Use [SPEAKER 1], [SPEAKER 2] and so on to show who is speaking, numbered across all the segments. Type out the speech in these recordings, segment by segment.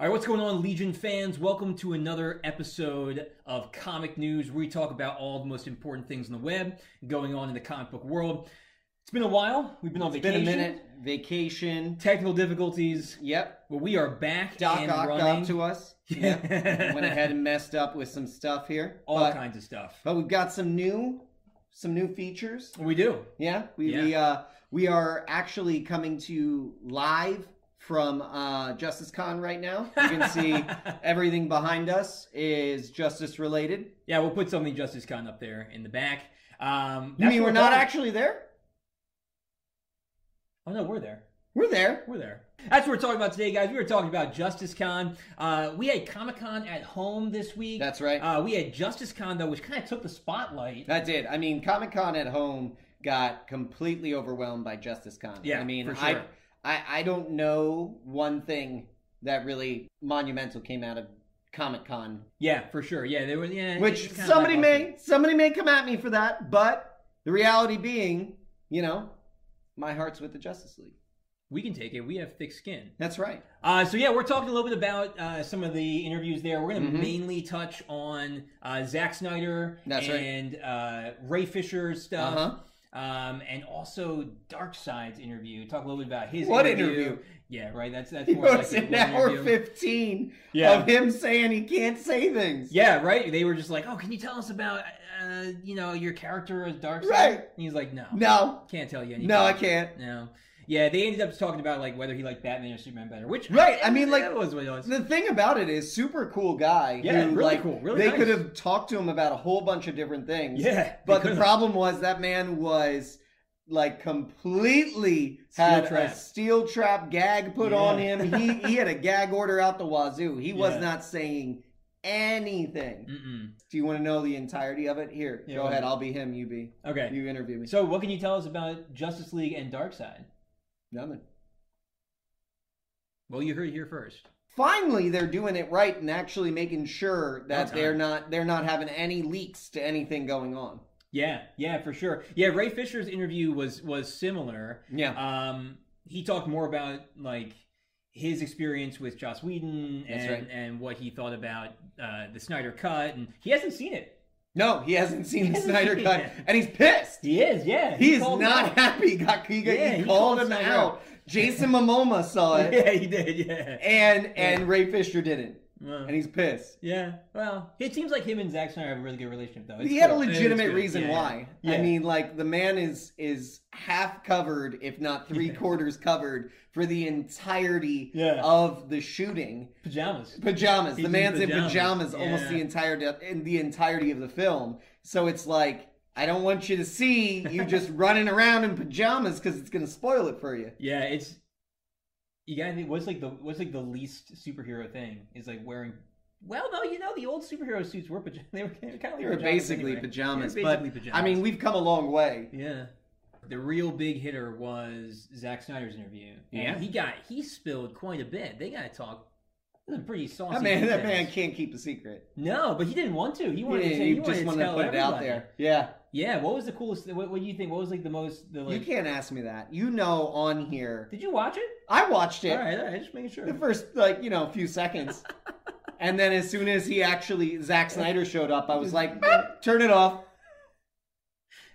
[SPEAKER 1] All right, what's going on, Legion fans? Welcome to another episode of Comic News. Where we talk about all the most important things on the web going on in the comic book world. It's been a while. We've been on
[SPEAKER 2] It's been a
[SPEAKER 1] vacation.
[SPEAKER 2] minute. Vacation.
[SPEAKER 1] Technical difficulties,
[SPEAKER 2] Yep.
[SPEAKER 1] but we are back
[SPEAKER 2] Doc
[SPEAKER 1] and
[SPEAKER 2] Ock
[SPEAKER 1] running.
[SPEAKER 2] got to us.
[SPEAKER 1] Yeah.
[SPEAKER 2] Yep. Went ahead and messed up with some stuff here.
[SPEAKER 1] all
[SPEAKER 2] but,
[SPEAKER 1] kinds of stuff.
[SPEAKER 2] but we've got some new, some new features.
[SPEAKER 1] We do.
[SPEAKER 2] Yeah. We we, uh, we are actually coming to you live from uh, Justice Con right now. You can see everything behind us is justice related.
[SPEAKER 1] Yeah, we'll put something Justice Con up there in the back. Um,
[SPEAKER 2] You
[SPEAKER 1] that's
[SPEAKER 2] mean
[SPEAKER 1] what
[SPEAKER 2] we're not
[SPEAKER 1] talking-
[SPEAKER 2] actually there?
[SPEAKER 1] Oh no, we're there.
[SPEAKER 2] We're there.
[SPEAKER 1] We're there. That's what we're talking about today, guys. We were talking about Justice Con. Uh, we had Comic Con at home this week.
[SPEAKER 2] That's right.
[SPEAKER 1] Uh, we had Justice Con though, which kind of took the spotlight.
[SPEAKER 2] That did. I mean, Comic Con at home got completely overwhelmed by Justice Con.
[SPEAKER 1] Yeah,
[SPEAKER 2] I mean,
[SPEAKER 1] for
[SPEAKER 2] I,
[SPEAKER 1] sure.
[SPEAKER 2] I I don't know one thing that really monumental came out of Comic Con,
[SPEAKER 1] Yeah, for sure. Yeah, they were. Yeah,
[SPEAKER 2] which
[SPEAKER 1] it's kinda
[SPEAKER 2] somebody
[SPEAKER 1] lackluster.
[SPEAKER 2] may somebody may come at me for that, but the reality being, you know, my heart's with the Justice League.
[SPEAKER 1] We can take it. We have thick skin.
[SPEAKER 2] That's right.
[SPEAKER 1] Uh, so yeah, we're talking a little bit about uh, some of the interviews there. We're going to
[SPEAKER 2] Mhm.
[SPEAKER 1] mainly touch on uh, Zack Snyder
[SPEAKER 2] That's right.
[SPEAKER 1] and uh, Ray Fisher's stuff.
[SPEAKER 2] Uh-huh.
[SPEAKER 1] Um, and also Darkseid's interview. Talk a little bit about his
[SPEAKER 2] What interview?
[SPEAKER 1] Yeah, right. That's that's
[SPEAKER 2] It
[SPEAKER 1] more
[SPEAKER 2] was
[SPEAKER 1] like a
[SPEAKER 2] an
[SPEAKER 1] one
[SPEAKER 2] hour
[SPEAKER 1] interview.
[SPEAKER 2] fifteen
[SPEAKER 1] Yeah,
[SPEAKER 2] of him saying he can't say things.
[SPEAKER 1] yeah, right. They were just like, "Oh, can you tell us about uh, you know your character as Darkseid?"
[SPEAKER 2] Right.
[SPEAKER 1] And he's like, "No,
[SPEAKER 2] No,
[SPEAKER 1] can't tell you anything."
[SPEAKER 2] no, I can't.
[SPEAKER 1] No. Yeah, they ended up talking about like whether he liked Batman or Superman better, which
[SPEAKER 2] Right, I mean, like-
[SPEAKER 1] that was what it was.
[SPEAKER 2] The thing about it is, super cool guy.
[SPEAKER 1] Yeah,
[SPEAKER 2] who,
[SPEAKER 1] really
[SPEAKER 2] like,
[SPEAKER 1] cool, really
[SPEAKER 2] They
[SPEAKER 1] nice.
[SPEAKER 2] could have talked to him about a whole bunch of different things.
[SPEAKER 1] Yeah,
[SPEAKER 2] But the
[SPEAKER 1] because-
[SPEAKER 2] problem was that man was like completely
[SPEAKER 1] Steel
[SPEAKER 2] had
[SPEAKER 1] trap.
[SPEAKER 2] a steel trap gag put
[SPEAKER 1] Yeah.
[SPEAKER 2] on him. He he had a gag order out the wazoo. He was
[SPEAKER 1] Yeah.
[SPEAKER 2] not saying anything.
[SPEAKER 1] Mm-mm.
[SPEAKER 2] Do you want to know the entirety of it? Here,
[SPEAKER 1] Yeah,
[SPEAKER 2] go
[SPEAKER 1] why
[SPEAKER 2] ahead.
[SPEAKER 1] not?
[SPEAKER 2] I'll be him. You be
[SPEAKER 1] Okay,
[SPEAKER 2] you interview me.
[SPEAKER 1] so what can you tell us about Justice League and Darkseid?
[SPEAKER 2] Nothing.
[SPEAKER 1] Well, you heard it here first.
[SPEAKER 2] Finally, they're doing it right and actually making sure that
[SPEAKER 1] time.
[SPEAKER 2] they're not they're not having any leaks to anything going on.
[SPEAKER 1] Yeah, yeah, for sure. Yeah, Ray Fisher's interview was was similar.
[SPEAKER 2] Yeah.
[SPEAKER 1] Um, he talked more about like his experience with Joss Whedon
[SPEAKER 2] That's
[SPEAKER 1] and
[SPEAKER 2] right.
[SPEAKER 1] and what he thought about uh, the Snyder cut, and he hasn't seen it.
[SPEAKER 2] No, he hasn't seen the
[SPEAKER 1] hasn't
[SPEAKER 2] Snyder
[SPEAKER 1] seen
[SPEAKER 2] Cut,
[SPEAKER 1] it.
[SPEAKER 2] and he's pissed.
[SPEAKER 1] He is, yeah.
[SPEAKER 2] He is
[SPEAKER 1] called it
[SPEAKER 2] not
[SPEAKER 1] out.
[SPEAKER 2] happy. He got he, got- he
[SPEAKER 1] Yeah, he
[SPEAKER 2] called,
[SPEAKER 1] called
[SPEAKER 2] him
[SPEAKER 1] Snyder
[SPEAKER 2] out.
[SPEAKER 1] out.
[SPEAKER 2] Jason Momoa saw it,
[SPEAKER 1] Yeah, he did. Yeah.
[SPEAKER 2] and and Ray Fisher didn't,
[SPEAKER 1] Well,
[SPEAKER 2] and he's pissed.
[SPEAKER 1] yeah. Well, it seems like him and Zack Snyder have a really good relationship, though. It's
[SPEAKER 2] he had a
[SPEAKER 1] cool. It's
[SPEAKER 2] legitimate
[SPEAKER 1] good.
[SPEAKER 2] reason
[SPEAKER 1] Yeah, yeah.
[SPEAKER 2] why.
[SPEAKER 1] Yeah.
[SPEAKER 2] I mean, like the man is is half covered, if not three
[SPEAKER 1] Yeah.
[SPEAKER 2] quarters covered, for the entirety
[SPEAKER 1] Yeah.
[SPEAKER 2] of the shooting.
[SPEAKER 1] Pajamas.
[SPEAKER 2] Pajamas.
[SPEAKER 1] He's
[SPEAKER 2] the
[SPEAKER 1] in
[SPEAKER 2] man's in
[SPEAKER 1] pajamas.
[SPEAKER 2] pajamas, almost
[SPEAKER 1] Yeah.
[SPEAKER 2] the entire de- in the entirety of the film. So it's like I don't want you to see you just running around in pajamas because it's gonna spoil it for you.
[SPEAKER 1] Yeah, it's. You gotta think. What's like the what's like the least superhero thing is like wearing. Well, no, you know the old superhero suits were pajamas. They were kind of like
[SPEAKER 2] They were
[SPEAKER 1] pajamas
[SPEAKER 2] basically
[SPEAKER 1] anyway.
[SPEAKER 2] pajamas,
[SPEAKER 1] They were
[SPEAKER 2] but
[SPEAKER 1] basically pajamas.
[SPEAKER 2] I mean we've come a long way.
[SPEAKER 1] yeah. The real big hitter was Zack Snyder's interview. And
[SPEAKER 2] Yeah.
[SPEAKER 1] he got he spilled quite a bit. They got to talk. Some pretty saucy.
[SPEAKER 2] That man, that man
[SPEAKER 1] details.
[SPEAKER 2] can't keep a secret.
[SPEAKER 1] No, but he didn't want to. He
[SPEAKER 2] He,
[SPEAKER 1] wanted to. Say,
[SPEAKER 2] he
[SPEAKER 1] he wanted
[SPEAKER 2] just
[SPEAKER 1] to
[SPEAKER 2] wanted to
[SPEAKER 1] tell
[SPEAKER 2] put it out
[SPEAKER 1] everybody.
[SPEAKER 2] there. Yeah,
[SPEAKER 1] Yeah. What was the coolest? What, what do you think? What was like the most? The, like,
[SPEAKER 2] you can't ask me that. You know, on here,
[SPEAKER 1] Did you watch it?
[SPEAKER 2] I watched it
[SPEAKER 1] All right. All right. Just making sure.
[SPEAKER 2] the first like you know few seconds, and then as soon as he actually Zack Snyder showed up, I was like, "Boop, turn it off.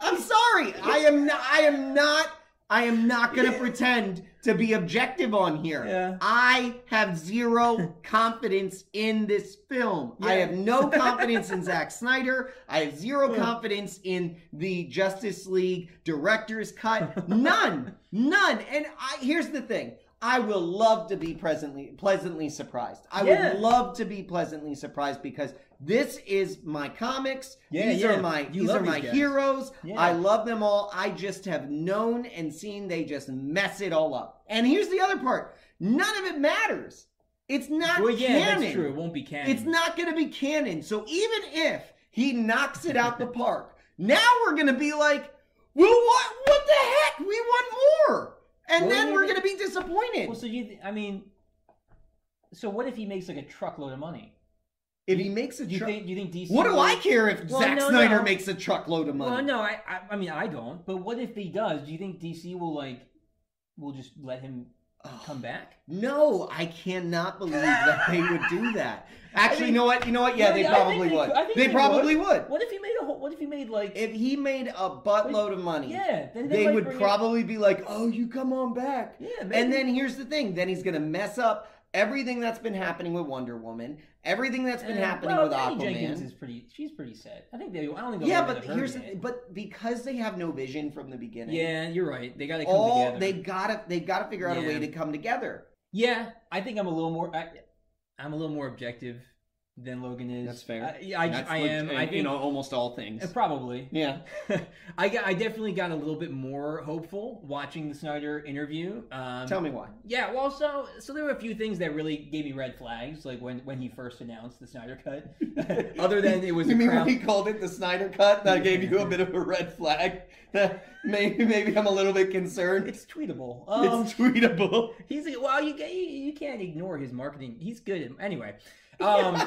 [SPEAKER 2] I'm sorry. I am. Not, I am not. I am not going to pretend to be objective on here.
[SPEAKER 1] Yeah.
[SPEAKER 2] I have zero confidence in this film. I
[SPEAKER 1] Yeah.
[SPEAKER 2] have no confidence in Zack Snyder. I have zero
[SPEAKER 1] Yeah.
[SPEAKER 2] confidence in the Justice League director's cut. None. None. And I here's the thing. I will love to be presently pleasantly surprised. I
[SPEAKER 1] Yeah.
[SPEAKER 2] would love to be pleasantly surprised because this is my comics.
[SPEAKER 1] Yeah,
[SPEAKER 2] these
[SPEAKER 1] yeah.
[SPEAKER 2] are my
[SPEAKER 1] You
[SPEAKER 2] these
[SPEAKER 1] love
[SPEAKER 2] are my
[SPEAKER 1] these guys.
[SPEAKER 2] heroes.
[SPEAKER 1] Yeah.
[SPEAKER 2] I love them all. I just have known and seen they just mess it all up. And here's the other part. None of it matters. It's not
[SPEAKER 1] well, yeah,
[SPEAKER 2] canon.
[SPEAKER 1] that's true. It won't be canon.
[SPEAKER 2] It's not going to be canon. So even if he knocks it out the park, now we're going to be like, well, what? What the heck? We want more, and
[SPEAKER 1] Well,
[SPEAKER 2] then
[SPEAKER 1] yeah,
[SPEAKER 2] we're
[SPEAKER 1] yeah.
[SPEAKER 2] going to be disappointed.
[SPEAKER 1] Well, so you, th- I mean, so what if he makes like a truckload of money?
[SPEAKER 2] if he makes a
[SPEAKER 1] Do you
[SPEAKER 2] truck,
[SPEAKER 1] think? Do you think DC?
[SPEAKER 2] what do
[SPEAKER 1] will-
[SPEAKER 2] I care if
[SPEAKER 1] Well,
[SPEAKER 2] Zack
[SPEAKER 1] no,
[SPEAKER 2] Snyder
[SPEAKER 1] no.
[SPEAKER 2] makes a truckload of money?
[SPEAKER 1] Well, no, I, I, I mean, I don't. But what if he does? Do you think DC will like, will just let him come back.
[SPEAKER 2] No, I cannot believe that they would do that. Actually, you know what? You know what? Yeah,
[SPEAKER 1] Yeah,
[SPEAKER 2] they
[SPEAKER 1] yeah, I think
[SPEAKER 2] probably
[SPEAKER 1] they
[SPEAKER 2] would.
[SPEAKER 1] could- I think
[SPEAKER 2] They,
[SPEAKER 1] they
[SPEAKER 2] probably would.
[SPEAKER 1] What if you made a whole? What if you made like?
[SPEAKER 2] If he made a buttload of money,
[SPEAKER 1] yeah, then
[SPEAKER 2] they
[SPEAKER 1] might
[SPEAKER 2] would
[SPEAKER 1] bring it-
[SPEAKER 2] probably be like, "Oh, you come on back."
[SPEAKER 1] yeah, maybe.
[SPEAKER 2] And then here's the thing: then he's gonna mess up everything that's been happening with Wonder Woman, everything that's been
[SPEAKER 1] Uh,
[SPEAKER 2] happening
[SPEAKER 1] well,
[SPEAKER 2] with
[SPEAKER 1] Patty
[SPEAKER 2] Aquaman.
[SPEAKER 1] Jenkins is pretty. She's pretty set. I think they. I don't think. they'll
[SPEAKER 2] yeah,
[SPEAKER 1] get rid
[SPEAKER 2] but
[SPEAKER 1] of her
[SPEAKER 2] here's
[SPEAKER 1] yet.
[SPEAKER 2] but because they have no vision from the beginning.
[SPEAKER 1] Yeah, you're right. They got to come
[SPEAKER 2] all
[SPEAKER 1] together.
[SPEAKER 2] they gotta they gotta figure out a way
[SPEAKER 1] Yeah.
[SPEAKER 2] to come together.
[SPEAKER 1] Yeah, I think I'm a little more. I, I'm a little more objective than Logan is.
[SPEAKER 2] That's fair.
[SPEAKER 1] I, yeah, I, I am. I think,
[SPEAKER 2] almost all things.
[SPEAKER 1] uh, probably.
[SPEAKER 2] Yeah,
[SPEAKER 1] I got. I definitely got a little bit more hopeful watching the Snyder interview. Um,
[SPEAKER 2] tell me why.
[SPEAKER 1] Yeah, well, so so there were a few things that really gave me red flags, like when when he first announced the Snyder cut. Other than it was
[SPEAKER 2] You
[SPEAKER 1] a
[SPEAKER 2] mean
[SPEAKER 1] crown.
[SPEAKER 2] when he called it the Snyder Cut? That gave you a bit of a red flag. That maybe maybe I'm a little bit concerned.
[SPEAKER 1] It's tweetable. Um,
[SPEAKER 2] It's tweetable.
[SPEAKER 1] he's well, you, you you can't ignore his marketing. He's good. At, anyway, um,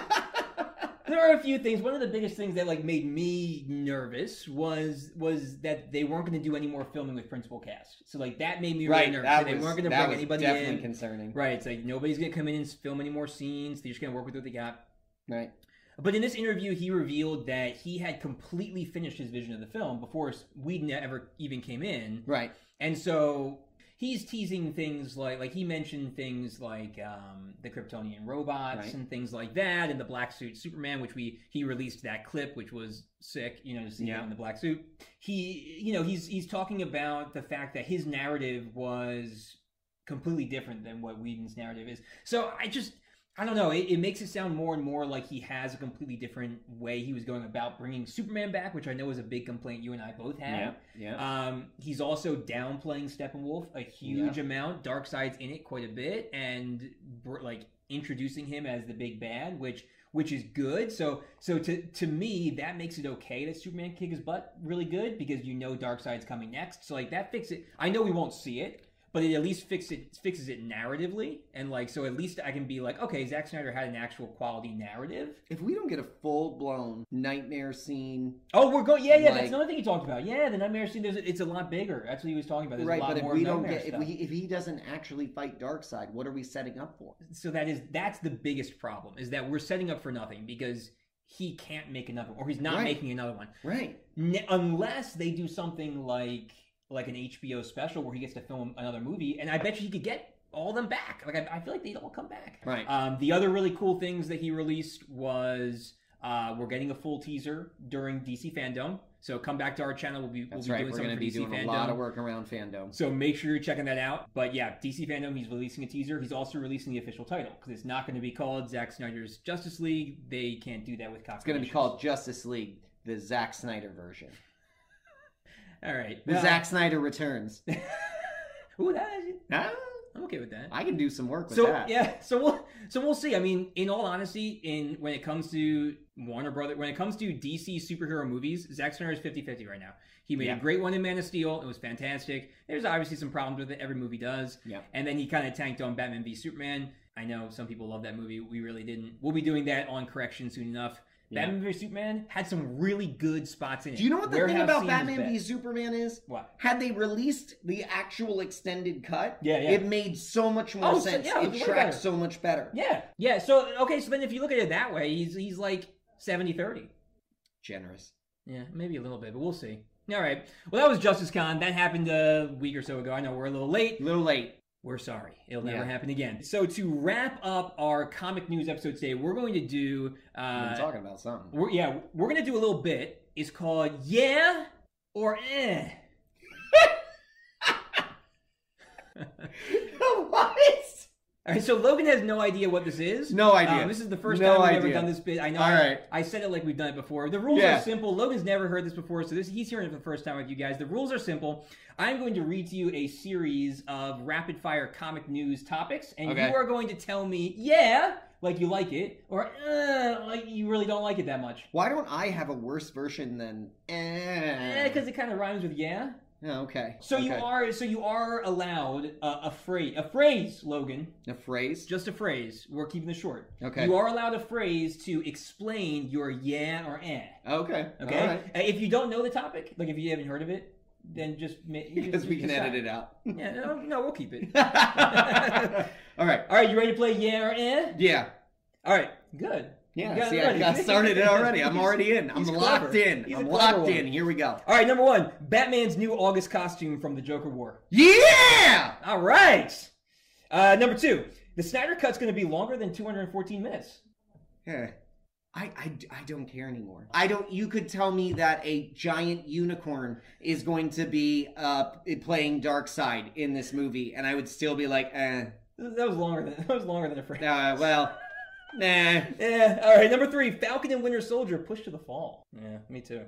[SPEAKER 1] there are a few things. One of the biggest things that like made me nervous was was that they weren't going to do any more filming with principal cast. So like that made me really
[SPEAKER 2] right,
[SPEAKER 1] nervous.
[SPEAKER 2] that
[SPEAKER 1] they
[SPEAKER 2] was,
[SPEAKER 1] weren't going to
[SPEAKER 2] that
[SPEAKER 1] bring
[SPEAKER 2] was
[SPEAKER 1] anybody
[SPEAKER 2] definitely
[SPEAKER 1] in.
[SPEAKER 2] concerning.
[SPEAKER 1] Right, it's like nobody's gonna come in and film any more scenes. They're just gonna work with what they got.
[SPEAKER 2] Right.
[SPEAKER 1] But in this interview, he revealed that he had completely finished his vision of the film before Whedon ever even came in,
[SPEAKER 2] Right.
[SPEAKER 1] and so he's teasing things like like he mentioned things like um, the Kryptonian robots
[SPEAKER 2] Right.
[SPEAKER 1] and things like that, and the black suit Superman, which we he released that clip, which was sick, you know, to see
[SPEAKER 2] Yeah.
[SPEAKER 1] him in the black suit. He, you know, he's he's talking about the fact that his narrative was completely different than what Whedon's narrative is. So I just I don't know. It, it makes it sound more and more like he has a completely different way he was going about bringing Superman back, which I know is a big complaint you and I both have.
[SPEAKER 2] Yeah.
[SPEAKER 1] Um, he's also downplaying Steppenwolf a huge amount. Darkseid's in it quite a bit, and br- like introducing him as the big bad, which which is good. So so to to me that makes it okay that Superman kick his butt really good because you know Darkseid's coming next. So like that fix it. I know we won't see it, but it at least fix it fixes it narratively, and like so at least I can be like, okay, Zack Snyder had an actual quality narrative.
[SPEAKER 2] if we don't get a full blown nightmare scene,
[SPEAKER 1] Oh, we're going. Yeah, yeah.
[SPEAKER 2] Like-
[SPEAKER 1] that's another thing you talked about. Yeah, the nightmare scene. There's, a- it's a lot bigger. That's what he was talking about. There's
[SPEAKER 2] right?
[SPEAKER 1] a lot
[SPEAKER 2] But if
[SPEAKER 1] more
[SPEAKER 2] we don't
[SPEAKER 1] nightmare
[SPEAKER 2] get if
[SPEAKER 1] stuff.
[SPEAKER 2] we if he doesn't actually fight Darkseid, what are we setting up for?
[SPEAKER 1] So that is that's the biggest problem is that we're setting up for nothing because he can't make another one, or he's not
[SPEAKER 2] Right.
[SPEAKER 1] making another one
[SPEAKER 2] Right.
[SPEAKER 1] N- unless they do something like like an HBO special where he gets to film another movie, and I bet you he could get all of them back. Like I, I feel like they'd all come back.
[SPEAKER 2] Right.
[SPEAKER 1] Um, the other really cool things that he released was uh, we're getting a full teaser during DC Fandom. So come back to our channel. We'll be
[SPEAKER 2] That's
[SPEAKER 1] we'll
[SPEAKER 2] right.
[SPEAKER 1] be doing
[SPEAKER 2] We're
[SPEAKER 1] something
[SPEAKER 2] going to
[SPEAKER 1] for
[SPEAKER 2] be
[SPEAKER 1] DC
[SPEAKER 2] doing
[SPEAKER 1] Fandom.
[SPEAKER 2] a lot of work around fandom.
[SPEAKER 1] So make sure you're checking that out. But yeah, DC Fandom, he's releasing a teaser. He's also releasing the official title because it's not going to be called Zack Snyder's Justice League. They can't do that with copyright.
[SPEAKER 2] It's going to be called Justice League, the Zack Snyder version.
[SPEAKER 1] All right.
[SPEAKER 2] The Zack Snider Returns.
[SPEAKER 1] Ooh, that is,
[SPEAKER 2] Ah,
[SPEAKER 1] I'm okay with that.
[SPEAKER 2] I can do some work with
[SPEAKER 1] so
[SPEAKER 2] that.
[SPEAKER 1] yeah, so we'll so we'll see. I mean, in all honesty, in when it comes to Warner Brother, when it comes to DC superhero movies, Zack Snyder is 50-50 right now. He made
[SPEAKER 2] Yeah.
[SPEAKER 1] a great one in Man of Steel; it was fantastic. There's obviously some problems with it. Every movie does.
[SPEAKER 2] Yeah.
[SPEAKER 1] And then he kind of tanked on Batman v Superman. I know some people love that movie. We really didn't. We'll be doing that on correction soon enough.
[SPEAKER 2] Yeah.
[SPEAKER 1] Batman v Superman had some really good spots in it.
[SPEAKER 2] Do you know what the thing
[SPEAKER 1] Warehouse
[SPEAKER 2] about
[SPEAKER 1] scene was
[SPEAKER 2] Batman v
[SPEAKER 1] best.
[SPEAKER 2] Superman is?
[SPEAKER 1] What?
[SPEAKER 2] Had they released the actual extended cut,
[SPEAKER 1] Yeah, yeah.
[SPEAKER 2] it made so much more
[SPEAKER 1] Oh, so-
[SPEAKER 2] sense.
[SPEAKER 1] yeah, it
[SPEAKER 2] it
[SPEAKER 1] was way
[SPEAKER 2] tracked
[SPEAKER 1] better.
[SPEAKER 2] so much better.
[SPEAKER 1] Yeah. Yeah. So okay. So then, if you look at it that way, he's he's like 70-30.
[SPEAKER 2] Generous.
[SPEAKER 1] Yeah, maybe a little bit, but we'll see. All right. Well, that was Justice Con. That happened a week or so ago. I know we're a little late.
[SPEAKER 2] A little late.
[SPEAKER 1] We're sorry. It'll never
[SPEAKER 2] Yeah.
[SPEAKER 1] happen again. So to wrap up our comic news episode today, we're going to do.
[SPEAKER 2] We've been
[SPEAKER 1] Uh,
[SPEAKER 2] talking about something.
[SPEAKER 1] we're, yeah, we're going to do a little bit. It's called Yeah or Eh.
[SPEAKER 2] what?
[SPEAKER 1] All right. So Logan has no idea what this is.
[SPEAKER 2] No idea.
[SPEAKER 1] Um, this is the first
[SPEAKER 2] No
[SPEAKER 1] time we've ever
[SPEAKER 2] idea.
[SPEAKER 1] done this bit. I know.
[SPEAKER 2] All
[SPEAKER 1] I,
[SPEAKER 2] right.
[SPEAKER 1] I said it like we've done it before. The rules
[SPEAKER 2] Yeah.
[SPEAKER 1] are simple. Logan's never heard this before, so this he's hearing it for the first time with you guys. The rules are simple. I'm going to read to you a series of rapid fire comic news topics, and
[SPEAKER 2] Okay.
[SPEAKER 1] you are going to tell me, yeah, like you like it, or uh, like you really don't like it that much.
[SPEAKER 2] Why don't I have a worse version than? Eh.
[SPEAKER 1] Because it kind of rhymes with yeah.
[SPEAKER 2] Oh, okay.
[SPEAKER 1] So you
[SPEAKER 2] Okay.
[SPEAKER 1] are so you are allowed uh, a phrase a phrase, Logan.
[SPEAKER 2] a phrase.
[SPEAKER 1] Just a phrase. We're keeping this short.
[SPEAKER 2] Okay.
[SPEAKER 1] You are allowed a phrase to explain your yeah or eh.
[SPEAKER 2] okay.
[SPEAKER 1] Okay.
[SPEAKER 2] All right.
[SPEAKER 1] Uh, If you don't know the topic, like if you haven't heard of it, then just ma- you
[SPEAKER 2] because
[SPEAKER 1] just-
[SPEAKER 2] we
[SPEAKER 1] you
[SPEAKER 2] can edit
[SPEAKER 1] decide.
[SPEAKER 2] it out.
[SPEAKER 1] Yeah, no, no, we'll keep it.
[SPEAKER 2] All right.
[SPEAKER 1] All right, you ready to play? Yeah or eh?
[SPEAKER 2] Yeah.
[SPEAKER 1] All right, good. You
[SPEAKER 2] Yeah.
[SPEAKER 1] got it
[SPEAKER 2] See, I
[SPEAKER 1] already.
[SPEAKER 2] got started it already. I'm
[SPEAKER 1] He's-
[SPEAKER 2] already in. I'm
[SPEAKER 1] he's
[SPEAKER 2] locked
[SPEAKER 1] clever.
[SPEAKER 2] in.
[SPEAKER 1] He's a
[SPEAKER 2] I'm
[SPEAKER 1] clever
[SPEAKER 2] locked
[SPEAKER 1] one.
[SPEAKER 2] in. Here we go.
[SPEAKER 1] All right, number one, Batman's new August costume from the Joker War.
[SPEAKER 2] Yeah.
[SPEAKER 1] All right. Uh, number two, the Snyder Cut's going to be longer than 214 minutes.
[SPEAKER 2] Yeah. I, I, I don't care anymore. I don't. You could tell me that a giant unicorn is going to be uh playing Dark Side in this movie, and I would still be like, eh,
[SPEAKER 1] That was longer than that was longer than a frame.
[SPEAKER 2] uh, well, nah.
[SPEAKER 1] Yeah. All right. Number three, Falcon and Winter Soldier pushed to the fall. Yeah, me too.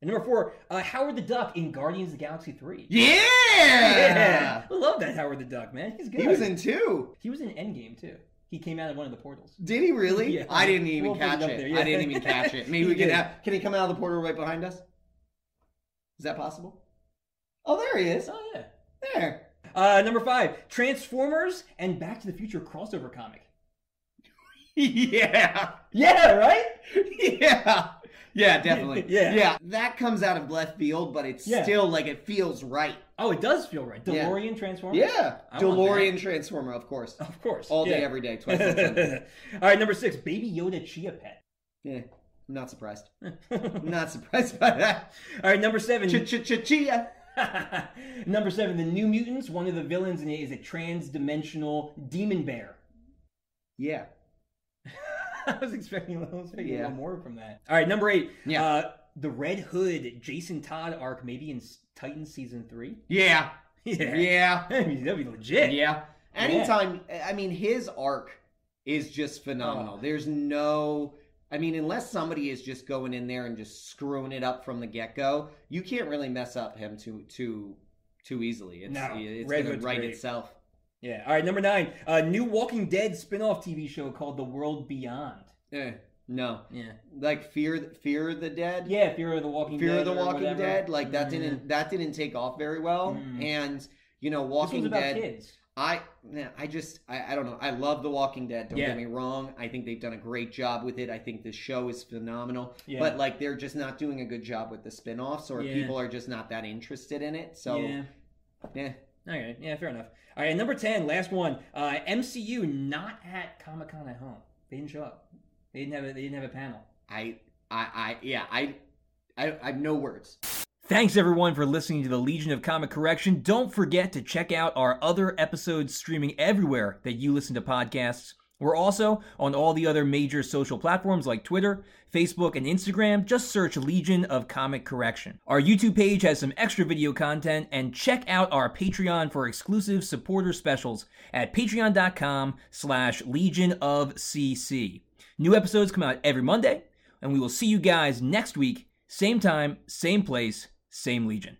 [SPEAKER 1] And number four, uh, Howard the Duck in Guardians of the Galaxy Three.
[SPEAKER 2] Yeah.
[SPEAKER 1] I love that Howard the Duck man. He's good.
[SPEAKER 2] He was in two.
[SPEAKER 1] He was in Endgame too. He came out of one of the portals.
[SPEAKER 2] Did he really?
[SPEAKER 1] Yeah.
[SPEAKER 2] I didn't even
[SPEAKER 1] We'll put it
[SPEAKER 2] catch
[SPEAKER 1] up
[SPEAKER 2] it.
[SPEAKER 1] there, yeah.
[SPEAKER 2] I didn't even catch it. Maybe
[SPEAKER 1] He
[SPEAKER 2] we can.
[SPEAKER 1] did.
[SPEAKER 2] Have, can he come out of the portal right behind us? Is that possible? Oh, there he is.
[SPEAKER 1] Oh yeah.
[SPEAKER 2] There.
[SPEAKER 1] Uh, number five, Transformers and Back to the Future crossover comic.
[SPEAKER 2] yeah.
[SPEAKER 1] Yeah. Right.
[SPEAKER 2] Yeah. Yeah, definitely.
[SPEAKER 1] Yeah.
[SPEAKER 2] Yeah. That comes out of left field, but it's
[SPEAKER 1] Yeah.
[SPEAKER 2] still like it feels right.
[SPEAKER 1] Oh, it does feel right.
[SPEAKER 2] Yeah.
[SPEAKER 1] DeLorean Transformers.
[SPEAKER 2] Yeah.
[SPEAKER 1] I want
[SPEAKER 2] DeLorean Transformer, of course.
[SPEAKER 1] Of course.
[SPEAKER 2] All day,
[SPEAKER 1] Yeah.
[SPEAKER 2] every day, twice a day.
[SPEAKER 1] All right, number six, Baby Yoda Chia Pet.
[SPEAKER 2] Yeah. I'm not surprised.
[SPEAKER 1] All
[SPEAKER 2] I'm not surprised by that.
[SPEAKER 1] right, number seven.
[SPEAKER 2] Ch-ch-ch-chia.
[SPEAKER 1] number seven, the New Mutants. One of the villains in it is a trans-dimensional demon bear.
[SPEAKER 2] Yeah.
[SPEAKER 1] I was expecting, a little- I was expecting a
[SPEAKER 2] Yeah.
[SPEAKER 1] little more from that. All right, number eight.
[SPEAKER 2] Yeah.
[SPEAKER 1] Uh, the Red Hood Jason Todd arc, maybe in S- Titans season three.
[SPEAKER 2] Yeah.
[SPEAKER 1] Yeah,
[SPEAKER 2] Yeah.
[SPEAKER 1] I mean, that'd be legit.
[SPEAKER 2] Yeah.
[SPEAKER 1] Yeah.
[SPEAKER 2] Anytime, I mean, his arc is just
[SPEAKER 1] Oh.
[SPEAKER 2] phenomenal. There's no, I mean, unless somebody is just going in there and just screwing it up from the get go, you can't really mess up him too too too easily. It's,
[SPEAKER 1] No,
[SPEAKER 2] it's
[SPEAKER 1] Red
[SPEAKER 2] going to
[SPEAKER 1] Hood's
[SPEAKER 2] right
[SPEAKER 1] great.
[SPEAKER 2] itself.
[SPEAKER 1] Yeah. All right, number nine. A new Walking Dead spin-off TV show called The World Beyond.
[SPEAKER 2] Eh, no,
[SPEAKER 1] Yeah.
[SPEAKER 2] like fear fear of the dead.
[SPEAKER 1] Yeah, Fear of the Walking
[SPEAKER 2] fear
[SPEAKER 1] Dead.
[SPEAKER 2] of the
[SPEAKER 1] or
[SPEAKER 2] Walking
[SPEAKER 1] whatever.
[SPEAKER 2] Dead. Like that
[SPEAKER 1] Yeah.
[SPEAKER 2] didn't that didn't take off very well.
[SPEAKER 1] Mm.
[SPEAKER 2] And you know,
[SPEAKER 1] This one's
[SPEAKER 2] Walking
[SPEAKER 1] about
[SPEAKER 2] Dead.
[SPEAKER 1] kids.
[SPEAKER 2] I yeah, I just I, I don't know. I love The Walking Dead. Don't
[SPEAKER 1] Yeah.
[SPEAKER 2] get me wrong. I think they've done a great job with it. I think this show is phenomenal.
[SPEAKER 1] Yeah.
[SPEAKER 2] But like they're just not doing a good job with the spin-offs or
[SPEAKER 1] Yeah.
[SPEAKER 2] people are just not that interested in it. So
[SPEAKER 1] yeah.
[SPEAKER 2] yeah.
[SPEAKER 1] All right. Yeah, fair enough. All right, number 10, last one. Uh, MCU not at Comic-Con at home. They didn't show up. They didn't have a, they didn't have a panel.
[SPEAKER 2] I I I yeah, I I I've no words.
[SPEAKER 1] Thanks everyone for listening to the Legion of Comic Correction. Don't forget to check out our other episodes streaming everywhere that you listen to podcasts. We're also on all the other major social platforms like Twitter, Facebook, and Instagram. Just search Legion of Comic Correction. Our YouTube page has some extra video content, and check out our Patreon for exclusive supporter specials at patreon.com slash Legion of CC. New episodes come out every Monday, and we will see you guys next week, same time, same place, same Legion.